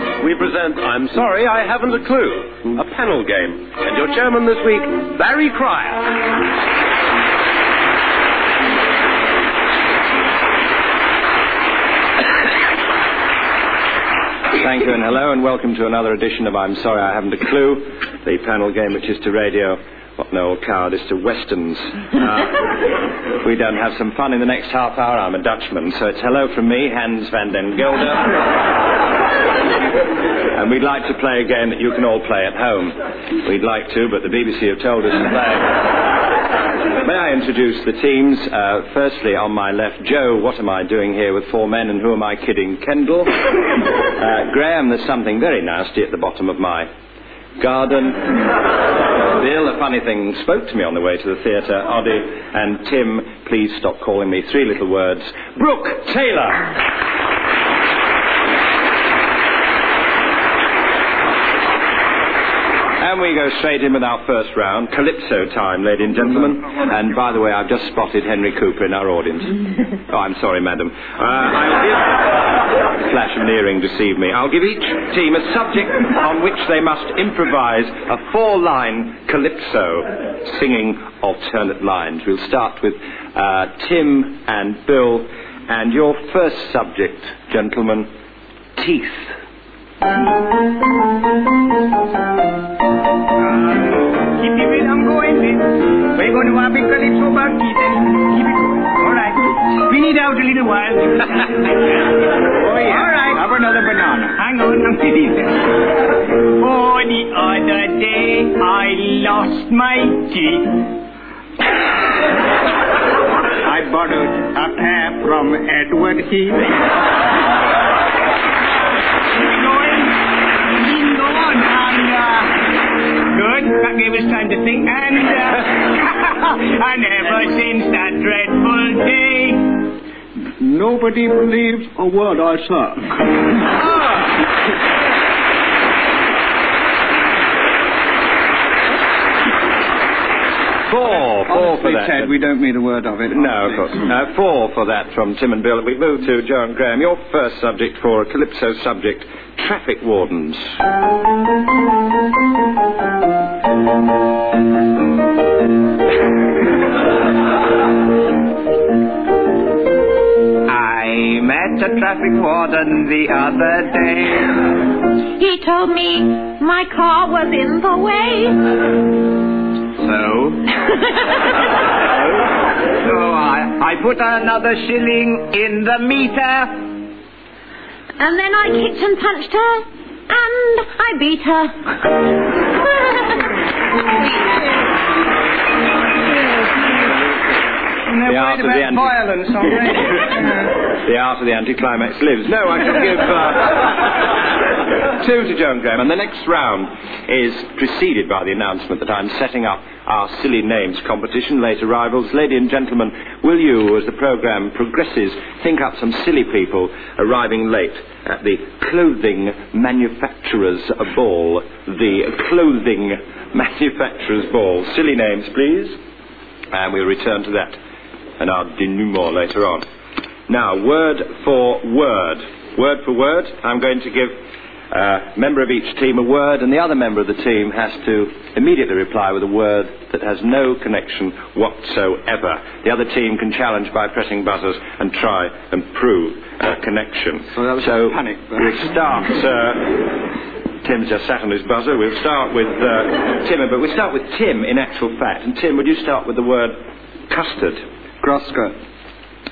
and I'm sorry I haven't a clue. A panel game. And your chairman this week, Barry Cryer. Thank you, and hello, and welcome to another edition of I'm Sorry I Haven't a Clue, the panel game which is to radio what Noel Coward is to westerns. Uh, we don't have some fun in the next half hour. I'm a Dutchman, so it's hello from me, Hans van den Gelder. and we'd like to play a game that you can all play at home. We'd like to, but the BBC have told us to play. May I introduce the teams? Uh, firstly, on my left, Joe, what am I doing here with four men and who am I kidding? Kendall. Uh, Graham, there's something very nasty at the bottom of my garden. Bill, a funny thing, spoke to me on the way to the theatre. Oddie and Tim, please stop calling me three little words. Brooke Taylor. And we go straight in with our first round, Calypso time, ladies and gentlemen. And by the way, I've just spotted Henry Cooper in our audience. Oh, I'm sorry, madam. Uh, I'll give... The flash of an earring deceived me. I'll give each team a subject on which they must improvise a four-line Calypso, singing alternate lines. We'll start with uh, Tim and Bill. And your first subject, gentlemen, teeth. Keep it in, I'm going in. We're going to have a calypso about teeth. Keep it going. All right. Spin it out a little while. oh, yeah. All right. Have another banana. Hang on, I'm sitting there. Oh, the other day I lost my teeth. I borrowed a pair from Edward Heath. Keep it going. Keep it going. And, uh, good. That gave us time to think. And, uh, and ever since that dreadful day, Nobody believes a word I say. Four. Four for Honestly that. said, we don't mean a word of it. No, of Hmm. course. Uh, four for that from Tim and Bill. We move to Joe and Graham. Your first subject for a Calypso subject, traffic wardens. I met a traffic warden the other day. He told me my car was in the way. So? so I, I put another shilling in the meter. And then I kicked and punched her, and I beat her. And they're The art worried of the about anti- violence on radio. The art of the anticlimax lives. No, I shall give uh, two to Joe and Graham. And the next round is preceded by the announcement that I'm setting up our silly names competition. Late arrivals, ladies and gentlemen, will you, as the programme progresses, think up some silly people arriving late at the clothing manufacturers ball? The clothing manufacturers ball. Silly names, please. And we'll return to that and our denouement later on. Now, word for word. Word for word, I'm going to give a member of each team a word, and the other member of the team has to immediately reply with a word that has no connection whatsoever. The other team can challenge by pressing buzzers and try and prove a connection. So that was So a panic there. we'll start. Uh, Tim's just sat on his buzzer. We'll start with uh, Tim, but we'll start with Tim in actual fact. And Tim, would you start with the word custard? Groska.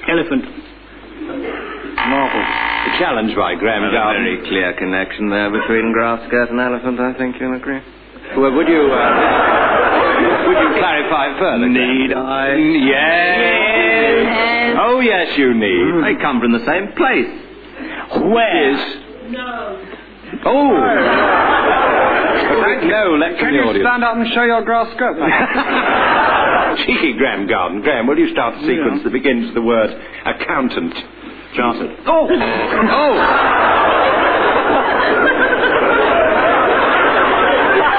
Elephant. Marble. The challenge by Graham Garden. very clear connection there between grass skirt and elephant, I think you'll agree. Well, would you uh, would you clarify further? Need I? Yes. Yes. Oh yes, you need. They come from the same place. Where is? No. Oh. A big no, let from Can the you audience. stand up and show your grass skirt? Cheeky Graham Garden. Graham, will you start a sequence that begins with the word accountant? Chartered. oh! Oh!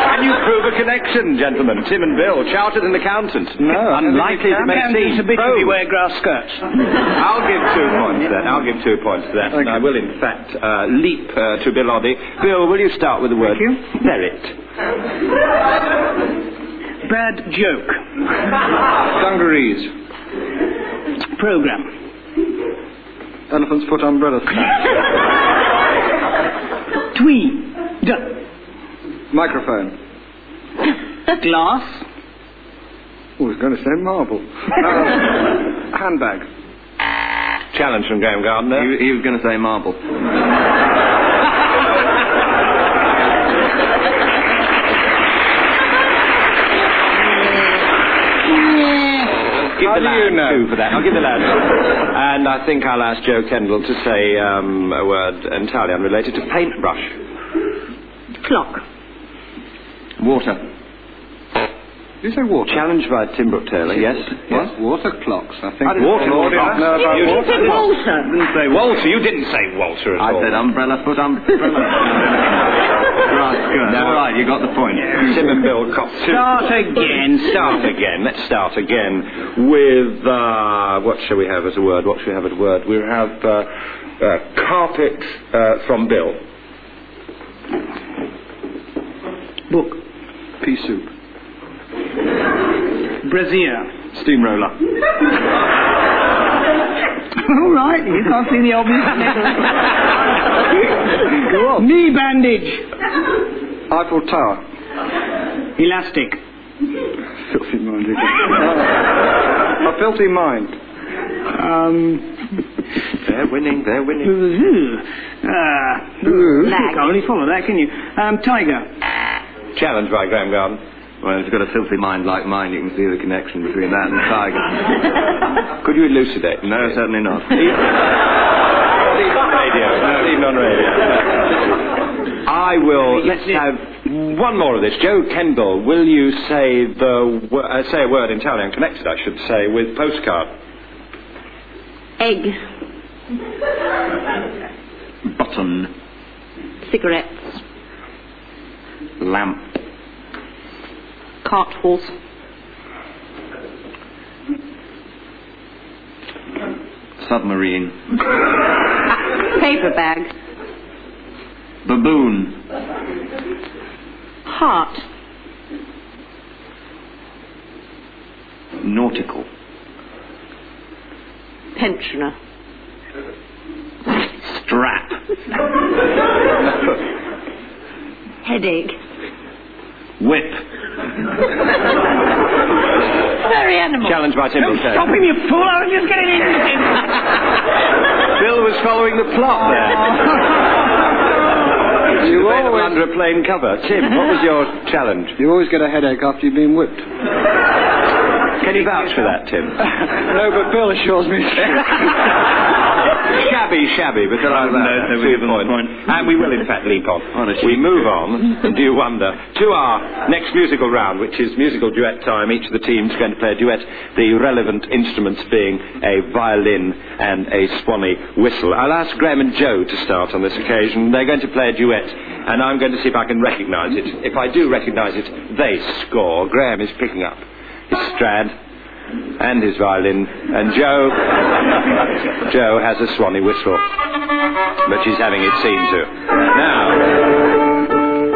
and Can you prove a connection, gentlemen? Tim and Bill, Chartered and Accountants. No, I don't Unlikely think as it you may can. seem. Accountants habitually Prove. wear grass skirts. I'll give two points to that. I'll give two points to that. And I will, in fact, uh, leap uh, to Bilodi. Bill, will you start with the word you. ferret? Bad joke. Dungarees. Program. Elephant's foot umbrella stand. Tweed. Microphone. Glass. Oh, I was going to say marble. Uh, handbag. Challenge from Graham He, Gardner. he was going to say marble. give how the do lad you know? two for that. I'll give the lad two. And I think I'll ask Joe Kendall to say um, a word entirely unrelated to paintbrush. Clock. Water. You say water? Challenged by Tim Brooke Taylor, yes. What? Water clocks, I think. Water, Water. water. No, about You water. said Walter. didn't say Walter. "Oh, You didn't say Walter at I all. said umbrella foot umbrella. Right, good. No. All right, you got the point. Tim and Bill Cox. Start again. Start again. Let's start again with uh, what shall we have as a word? What shall we have as a word? We have uh, uh, carpet uh, from Bill. Book. Pea soup. Brazier. Steamroller. All right, you can't see the obvious. Go on. Knee bandage. Eiffel Tower. Elastic. Filthy mind. isn't it? A filthy mind. Um, They're winning, they're uh, winning. you can't really follow that, can you? Um, tiger. Challenged by Graham Garden. Well, if you've got a filthy mind like mine, you can see the connection between that and Tiger. Could you elucidate? No, certainly not. Leave on radio. Leave on radio. I will. Let's have one more of this. Joe Kendall, will you say the wo- uh, say a word entirely unconnected? I should say with postcard. Egg. Button. Cigarettes. Lamp. Cart horse. Submarine. Paper bag. Baboon. Heart. Nautical. Pensioner. Strap. Headache. Whip. Very animal. Challenged by Tim. Brooke Taylor. Stop him, you fool! I was just getting in. Bill was following the plot there. you were under a plain cover. Tim, what was your challenge? You always get a headache after you've been whipped. Can you vouch for that, Tim? No, but Bill assures me. shabby, shabby, but there are No, so we give them a point. And Ah, we will, in fact, leap on. On a we sheep. move on, and do you wonder, to our next musical round, which is musical duet time. Each of the teams going to play a duet, the relevant instruments being a violin and a swanny whistle. I'll ask Graham and Joe to start on this occasion. They're going to play a duet, and I'm going to see if I can recognise it. If I do recognise it, they score. Graham is picking up his strad and his violin, and Joe, Joe has a swanny whistle, but she's having it seen to. Now,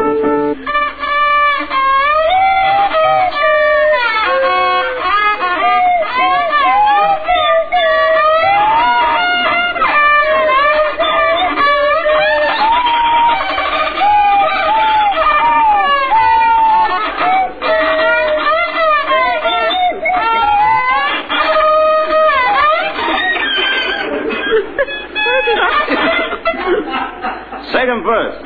second verse.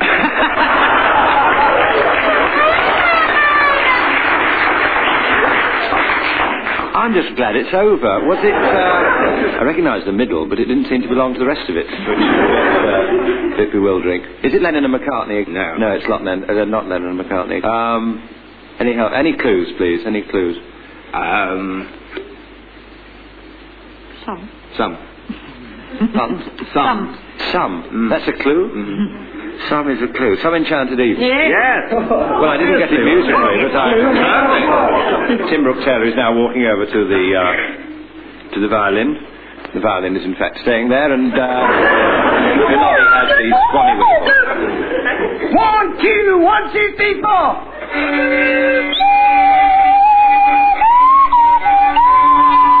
I'm just glad it's over. Was it? Uh, I recognised the middle, but it didn't seem to belong to the rest of it, which was uh, a bit bewildering. Is it Lennon and McCartney? No. no, it's not Lennon. Uh, not Lennon and McCartney. Um, any help? Any clues, please? Any clues? Um, Some. some. Some. Some. Some. That's a clue. Some is a clue. Some enchanted evening. Yes. Well, I didn't get it musically, but I. Tim Brooke Taylor is now walking over to the uh, to the violin. The violin is in fact staying there, and uh, Melody has the Swanee whistle. One, two, one, two, three, four.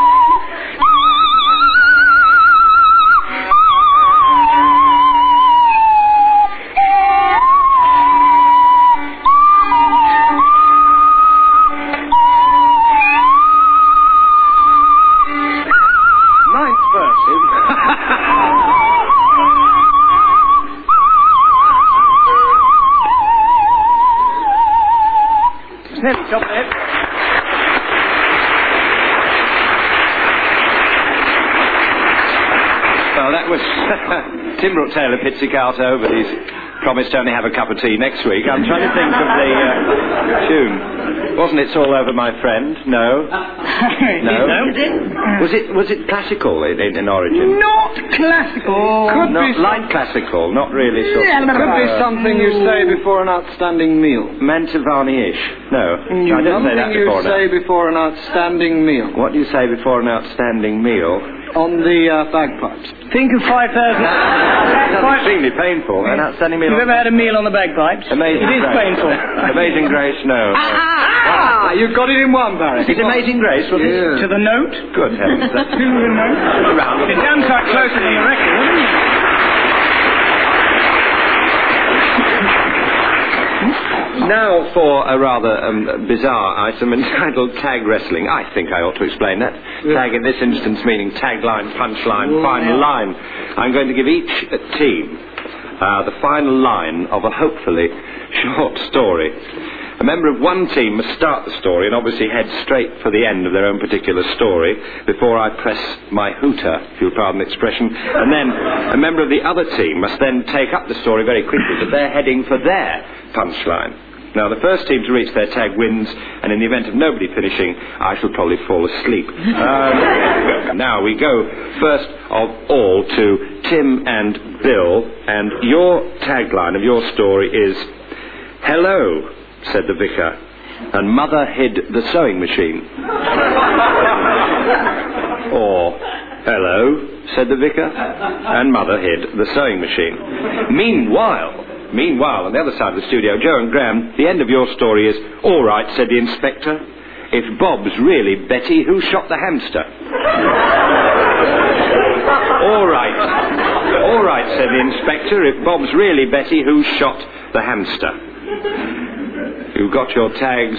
Ninth verse is It's nearly top of it. Well, that was Tim Brooke Taylor pizzicato, but he's promised to only have a cup of tea next week. I'm trying to think of the uh, tune. Wasn't It's All Over My Friend? No. No. Is it? Was it was it classical in, in, in origin? Not classical. Could not be some- light classical, not really sort Yeah, of but- Could be uh, something you say before an outstanding meal. Mantovani-ish. No, I don't say something that you before now. say before an outstanding meal What do you say before an outstanding meal? on the uh, bagpipes. Think of 5,000. That's Bagpipes. extremely painful. An outstanding meal. You've ever had a meal on the bagpipes? Amazing It is Grace. painful. Amazing Grace, no. Ah, you got it in one, Barry. Is Amazing Grace? Was it? Yeah. To the note. Good heavens. That's To the note. around. It's damn sight closer than you reckon, isn't it? Now for a rather um, bizarre item entitled Tag Wrestling. I think I ought to explain that. Tag in this instance meaning tagline, punchline, final line. I'm going to give each uh, team uh, the final line of a hopefully short story. A member of one team must start the story and obviously head straight for the end of their own particular story before I press my hooter, if you'll pardon the expression. And then a member of the other team must then take up the story very quickly, but they're heading for their punchline. Now, the first team to reach their tag wins, and in the event of nobody finishing, I shall probably fall asleep. Um, now, we go first of all to Tim and Bill, and your tagline of your story is Hello, said the vicar, and mother hid the sewing machine. Or, Oh, hello, said the vicar, and mother hid the sewing machine. Meanwhile, meanwhile, on the other side of the studio, Joe and Graham, the end of your story is, all right, said the inspector. If Bob's really Betty, who shot the hamster? all right, all right, said the inspector. If Bob's really Betty, who shot the hamster? You've got your tags,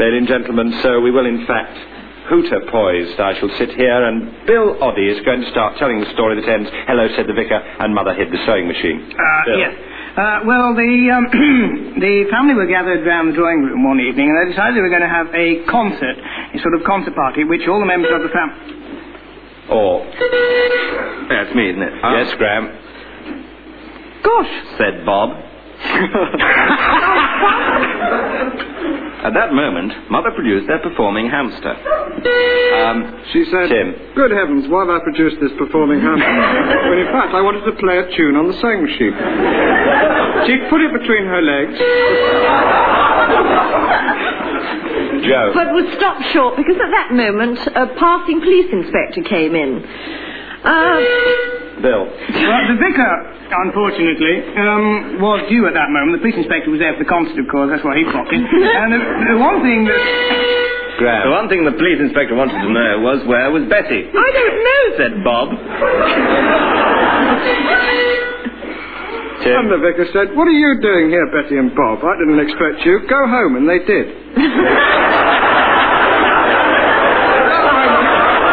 ladies and gentlemen, so we will in fact hooter poised. I shall sit here and Bill Oddie is going to start telling the story that ends, hello, said the vicar, and mother hid the sewing machine. Uh, Bill. yes. Uh, well, the um, the family were gathered round the drawing room one evening, and they decided they were going to have a concert, a sort of concert party, which all the members of the family. Or, That's me, isn't it? yes, Graham, Gosh, said Bob. At that moment, mother produced their performing hamster. Um, She said, Tim. Good heavens, why have I produced this performing hamster? when in fact, I wanted to play a tune on the sewing machine. She put it between her legs. Joe. but was stopped short because at that moment a passing police inspector came in. Uh, Bill. Well, the vicar, unfortunately, um, was due at that moment. The police inspector was there for the concert, of course. That's why he popped in. and the, the one thing that... Graham. The one thing the police inspector wanted to know was where was Betty? I don't know. Said Bob. And the vicar said, What are you doing here, Betty and Bob? I didn't expect you. Go home. And they did.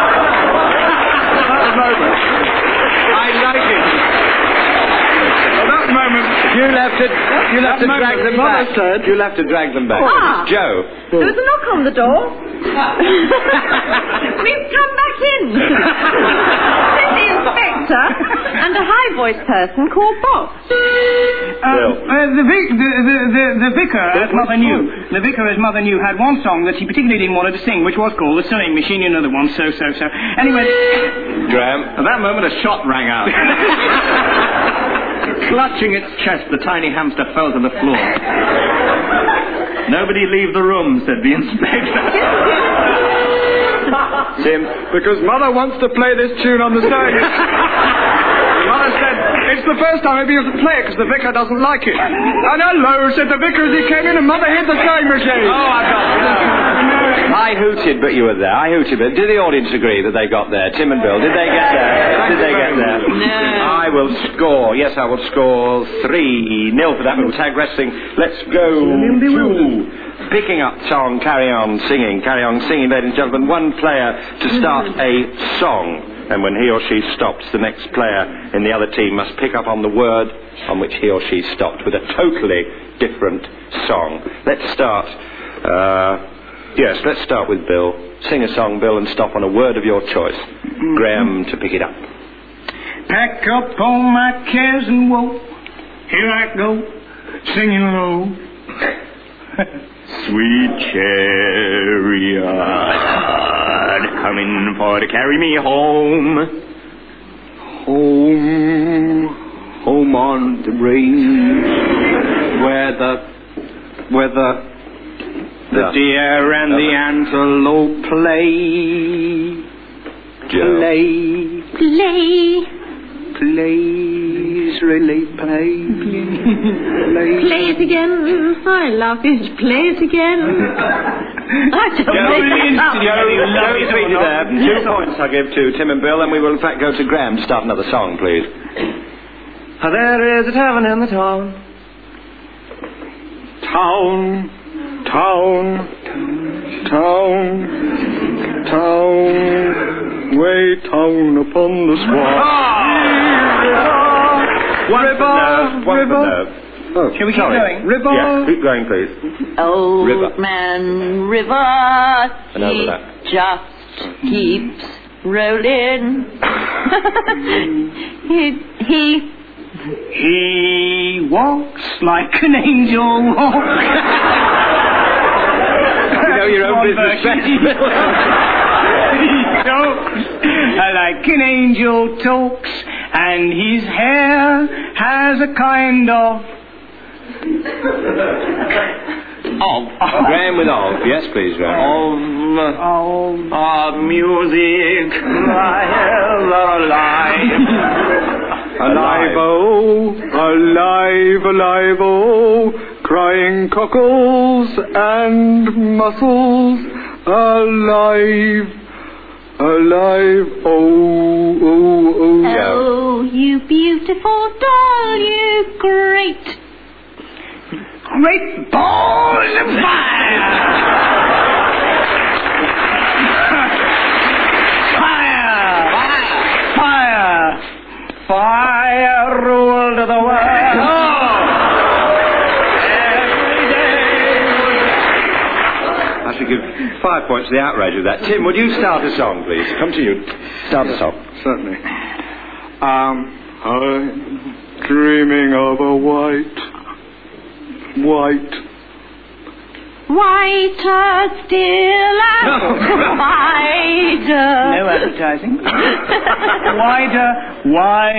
At that moment, I like it. At that moment, You'll have to, you'll have to That drag moment, them mother back. You'll have to drag them back. Ah. Joe. There was a knock on the door. Please come back in. Said the inspector and a high voiced person called Bob. Um, Bill. uh, the, vic, the, the, the, the vicar, as mother knew, the vicar, as mother knew, had one song that he particularly didn't want her to sing, which was called The Sewing Machine, another one, so, so, so. Anyway... Graham. At that moment, a shot rang out. Clutching its chest, the tiny hamster fell to the floor. Nobody leave the room, said the inspector. Tim, Because Mother wants to play this tune on the stage. Mother said, it's the first time I've been able to play it because the vicar doesn't like it. And hello, said the vicar as he came in, and Mother hit the sewing machine. Oh, I got I hooted, but you were there. I hooted, but did the audience agree that they got there? Tim and Bill, did they get there? Did they get there? No. I will score. Yes, I will score three nil for that. But we'll tag wrestling. Let's go. to Picking up song, carry on singing, carry on singing, ladies and gentlemen. One player to start a song. And when he or she stops, the next player in the other team must pick up on the word on which he or she stopped with a totally different song. Let's start. Uh, yes, let's start with Bill. Sing a song, Bill, and stop on a word of your choice. Graham to pick it up. Pack up all my cares and woe. Here I go, singing low. Sweet chariot, coming for to carry me home. Home, home on the range, where the, where the, the Yeah. deer and the antelope play, Joe. play, Play, please, really play, play. Play it again. I love it. Play it again. I don't make that up. Joe is beaten there. Two points I give to Tim and Bill, and we will in fact go to Graham to start another song, please. There is a tavern in the town. Town, town, town, town, way down upon the Ah! swamp. One for nerve, one for nerve. Oh, Shall we keep going? River. Yeah, keep going, please. Old River. Mm-hmm. man River, And over he that. Mm-hmm. just keeps rolling. Mm-hmm. he, he, He walks like an angel walks. You know your own One business version. best, Bill. talks like an angel talks, and his hair has a kind of. Graham with Olive. Yes, please, Graham. Of, Oh, of music, I ever alive. Alive, oh, alive, alive, oh, crying cockles and mussels, alive, alive, oh, oh, oh. oh, you beautiful doll, you great great balls of fire! fire! Fire! Fire ruled the world. I should give five points to the outrage of that. Tim, would you start a song, please? Come to you. Start a song. Certainly. Um, I'm dreaming of a white, white whiter still and wider. No advertising. Wider, why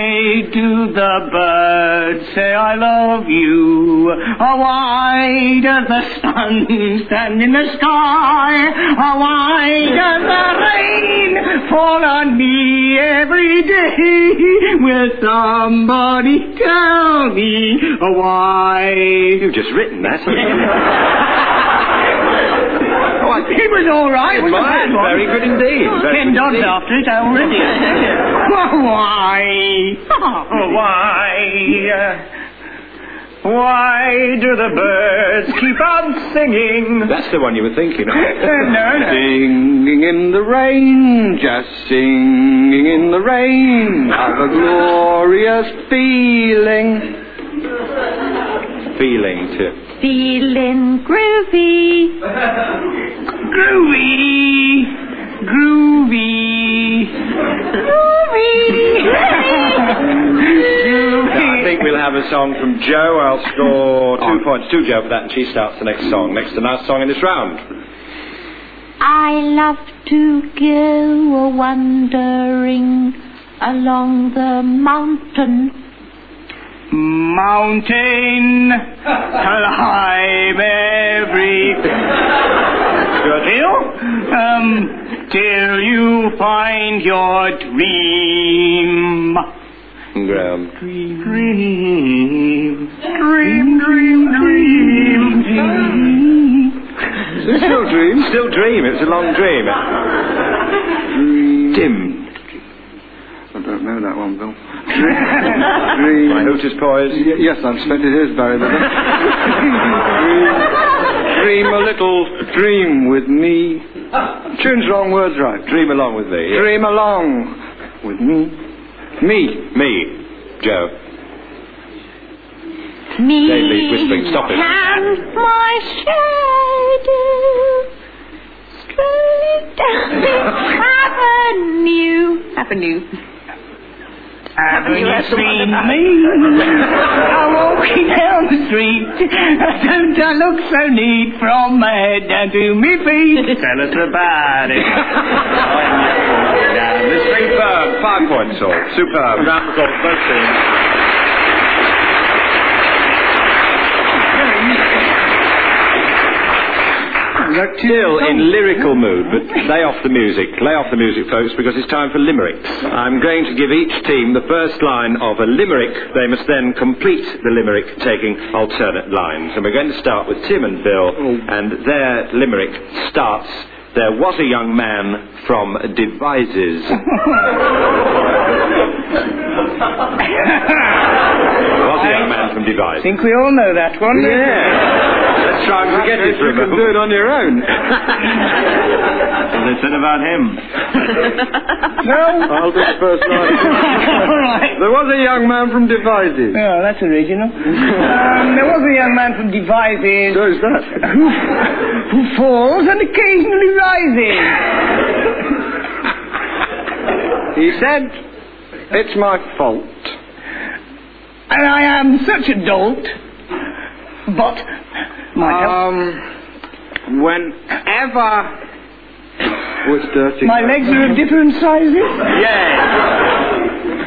do the birds say I love you? Oh, why does the sun stand in the sky? Oh, why does the rain fall on me every day? Will somebody tell me oh, why? You've just written that. Oh, I think it was all right. It was a bad one. Very good indeed. Very Ten good dogs indeed. after it already. why? Why? uh, Why do the birds keep on singing? That's the one you were thinking of. no, no. Singing in the rain, just singing in the rain, have a glorious feeling. Feeling to. Feeling groovy. Groovy. Groovy. Now, I Groovy. think we'll have a song from Joe. I'll score two points to Joe for that, and she starts the next song. Next to last song in this round. I love to go a wandering along the mountain Mountain, climb every hill um, till you find your dream. Graham. Dream, dream, dream, dream, dream. Still dream. Still dream. It's a long dream. Dim. I don't know that one, Bill. My Dream. note is poised. Y- yes, I expect it is Barry. But dream, dream a little, dream with me. Tune's wrong, words right. Dream along with me. yeah. Dream along with me. Me. Me. Joe. Me Daly's whispering. Stop it. and my shadow strolling down the avenue. Avenue. Haven't you had seen me? I'm walking down the street. Don't I look so neat from my head down to my feet? Tell us about it. Yeah, this superb. Five points all. Superb. Round of applause, both teams. Still in lyrical mood, but lay off the music. Lay off the music, folks, because it's time for limericks. I'm going to give each team the first line of a limerick. They must then complete the limerick taking alternate lines. And we're going to start with Tim and Bill, and their limerick starts There was a young man from Devizes. There was a young man from I Devizes. think we all know that one. Yeah. Let's try and forget it for a You can do moment. it on your own. What they said about him. No? I'll do the first line. all right. There was a young man from Devizes. Oh, that's original. um, there was a young man from Devizes Who's that? who, who falls and occasionally rises. He said, "It's my fault." And I am such a dolt, but my, health- Um, whenever. What's dirty? my legs are of different sizes.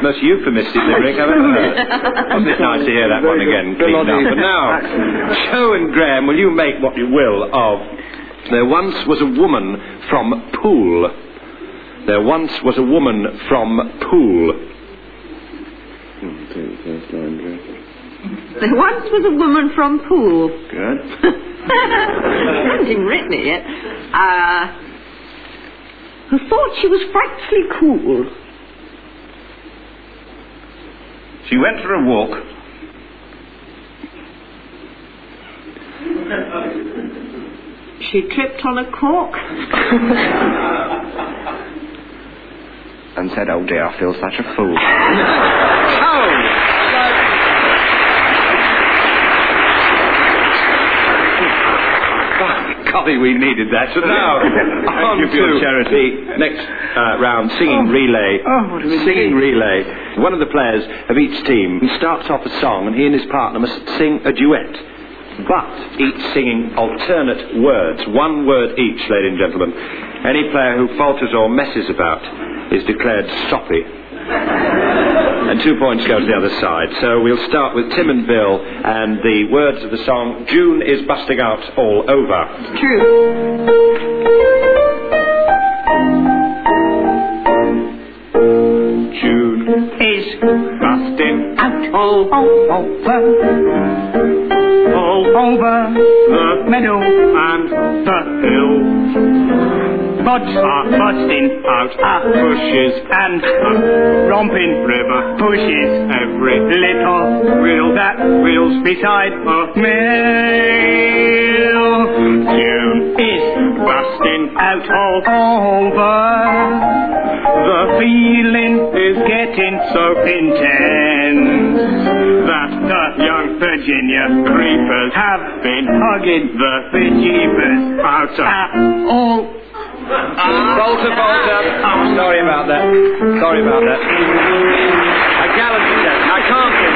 Most euphemistic lyric I've ever heard. Wasn't it nice to hear that one again cleaned up? But now, Joe and Graham, will you make what you will of There once was a woman from Poole. There once was a woman from Poole. There once was a woman from Poole. I haven't even written it yet. Uh, who thought she was frightfully cool. She went for a walk. She tripped on a cork. And said, oh dear, I feel such a fool. Oh, Golly, we needed that. So now, on you to for your charity. the next uh, round, singing relay. Oh, what a relief. singing relay. One of the players of each team starts off a song, and he and his partner must sing a duet. But each singing alternate words, one word each, ladies and gentlemen. Any player who falters or messes about is declared soppy. And two points go to the other side. So we'll start with Tim and Bill and the words of the song June is busting out all over. True. June Is busting out all over, all over the meadow. and the Buds are busting out out bushes and romping river pushes every little wheel that wheels beside a mill. June Is busting out all over. The feeling is getting so intense that the young Virginia creepers have been hugging the bejeebers out of all Bolter, bolter. I'm sorry about that. Sorry about that. A gallant attempt. I can't give.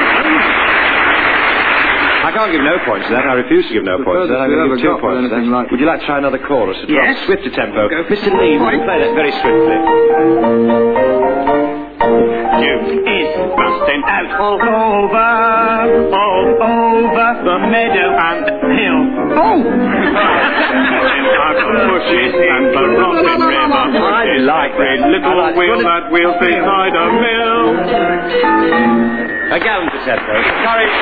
I can't give no points to that. I refuse to give no The points to that. I'm going to furthest we've give two ever got points with to that. anything like- Would you like to try another chorus? At rather Yes. Swifter tempo. Mr. Lee, would you play that very swiftly? you is busting out all over, all over the meadow and hill. Oh! bushes and the rotten river. I like that. Every little wheel that wheels beside a mill. A gallant attempt, though. Courage.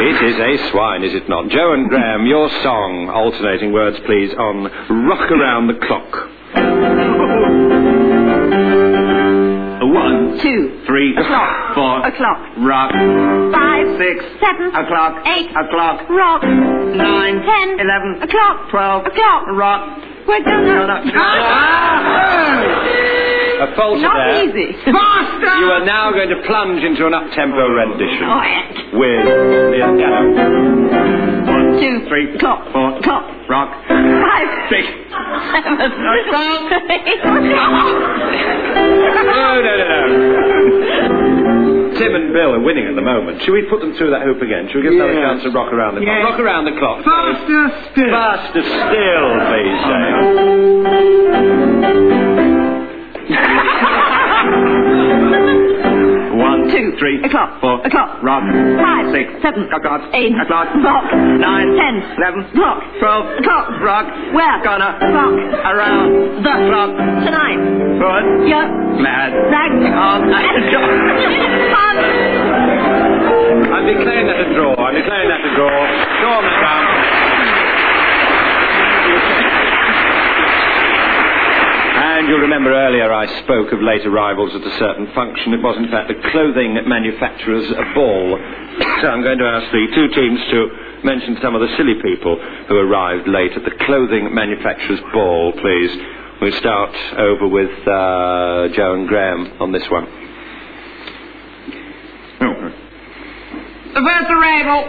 It is a swine, is it not? Joe and Graham, your song, alternating words, please, on Rock Around the Clock. One, Two. three, O'clock. four, O'clock. rock, Five. Six. Seven. O'clock. Eight. O'clock. Rock. Nine. Ten. Eleven. O'clock. Twelve. O'clock. Rock. We're done. A falter Not there. easy. Faster! You are now going to plunge into an up-tempo rendition Quiet. with the piano. One, two, three, clock, four, clock, rock, five, six. seven, No, no, no, no. Tim and Bill are winning at the moment. Should we put them through that hoop again? Should we give them another chance to rock around the clock? Yes. Rock around the clock. Faster still. Faster still, please, Dave. One, Two. three, O'clock. four, O'clock. rock, Five. six, Seven. o'clock, Eight. o'clock, Clock. nine, Ten. eleven, Clock. twelve, Clock. rock, Where? gonna, Clock. around, The clock, Tonight. foot, Yeah. glad, Zag. on, Fun. I'm declaring that a draw. I'm declaring that a draw. Draw, madam. And you'll remember earlier I spoke of late arrivals at a certain function. It was, in fact, a clothing manufacturer's ball. so I'm going to ask the two teams to mention some of the silly people who arrived late at the clothing manufacturer's ball, please. We'll start over with uh, Joe and Graham on this one. The first arrival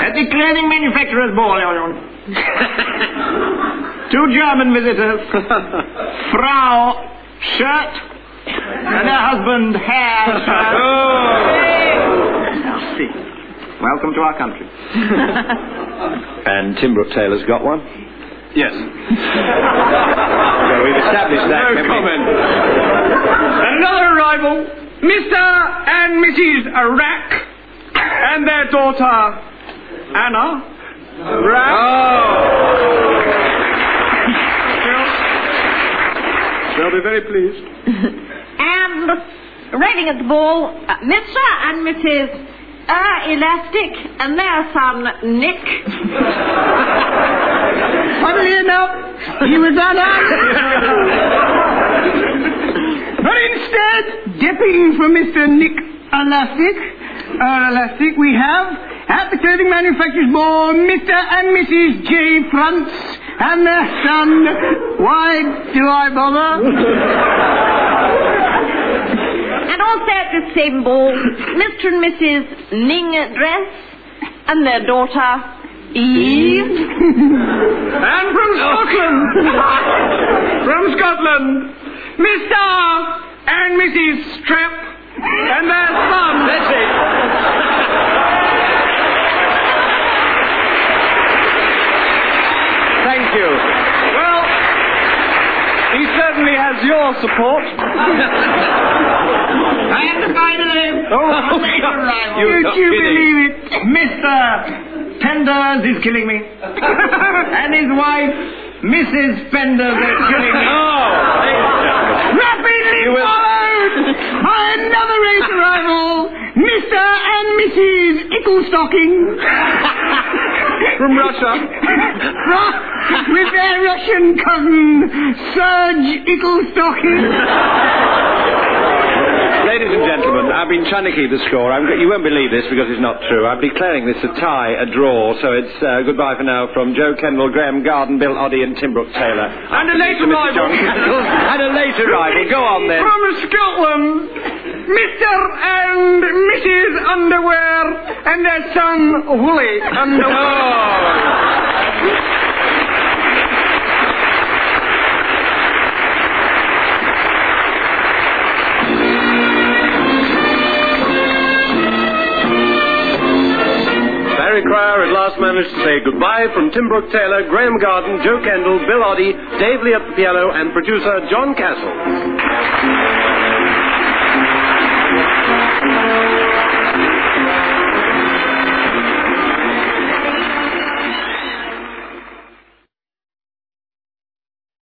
at the clothing manufacturer's ball. Two German visitors, Frau Shirt and her husband Herr Oh. Shirt. Welcome to our country. And Tim Brooke Taylor's got one. Yes. So we've established that. No haven't we? comment. Another arrival, Mr. and Mrs. Rack and their daughter, Anna. Oh. Rack. They'll be very pleased. And arriving at the ball, uh, Mr. and Mrs. Uh, Elastic and their son Nick. Funnily enough, he was on but instead, dipping for Mr. Nick Elastic, uh, Elastic, we have at the clothing manufacturer's ball, Mr. and Mrs. J. Frantz and their son. Why do I bother? And also at the same ball, Mr. and Mrs. Ning Dress and their daughter Eve. And from Scotland. from Scotland, Mr. and Mrs. Strap and their son. That's it. Thank you. Well, he certainly has your support. I am the final name. Oh, Would You're you kidding. believe it? Mr. Penders is killing me. and his wife, Mrs. Penders, is killing me. Rapidly followed by another race arrival, Mr. and Mrs. Icklestocking. From Russia. Ra- With their Russian cousin, Serge Icklestocking. Ladies and gentlemen, I've been trying to keep the score. I'm, you won't believe this because it's not true. I'm declaring this a tie, a draw. So it's uh, goodbye for now from Joe Kendall, Graham Garden, Bill Oddy, and Tim Brooke Taylor. And a late arrival. and a late arrival. Go on then. From Scotland, Mr. and Mrs. Underwear and their son, Wooly Oh. Underwear. Very Barry Cryer at last managed to say goodbye from Tim Brooke Taylor, Graham Garden, Joe Kendall, Bill Oddie, Dave Lee at the piano, and producer John Castle.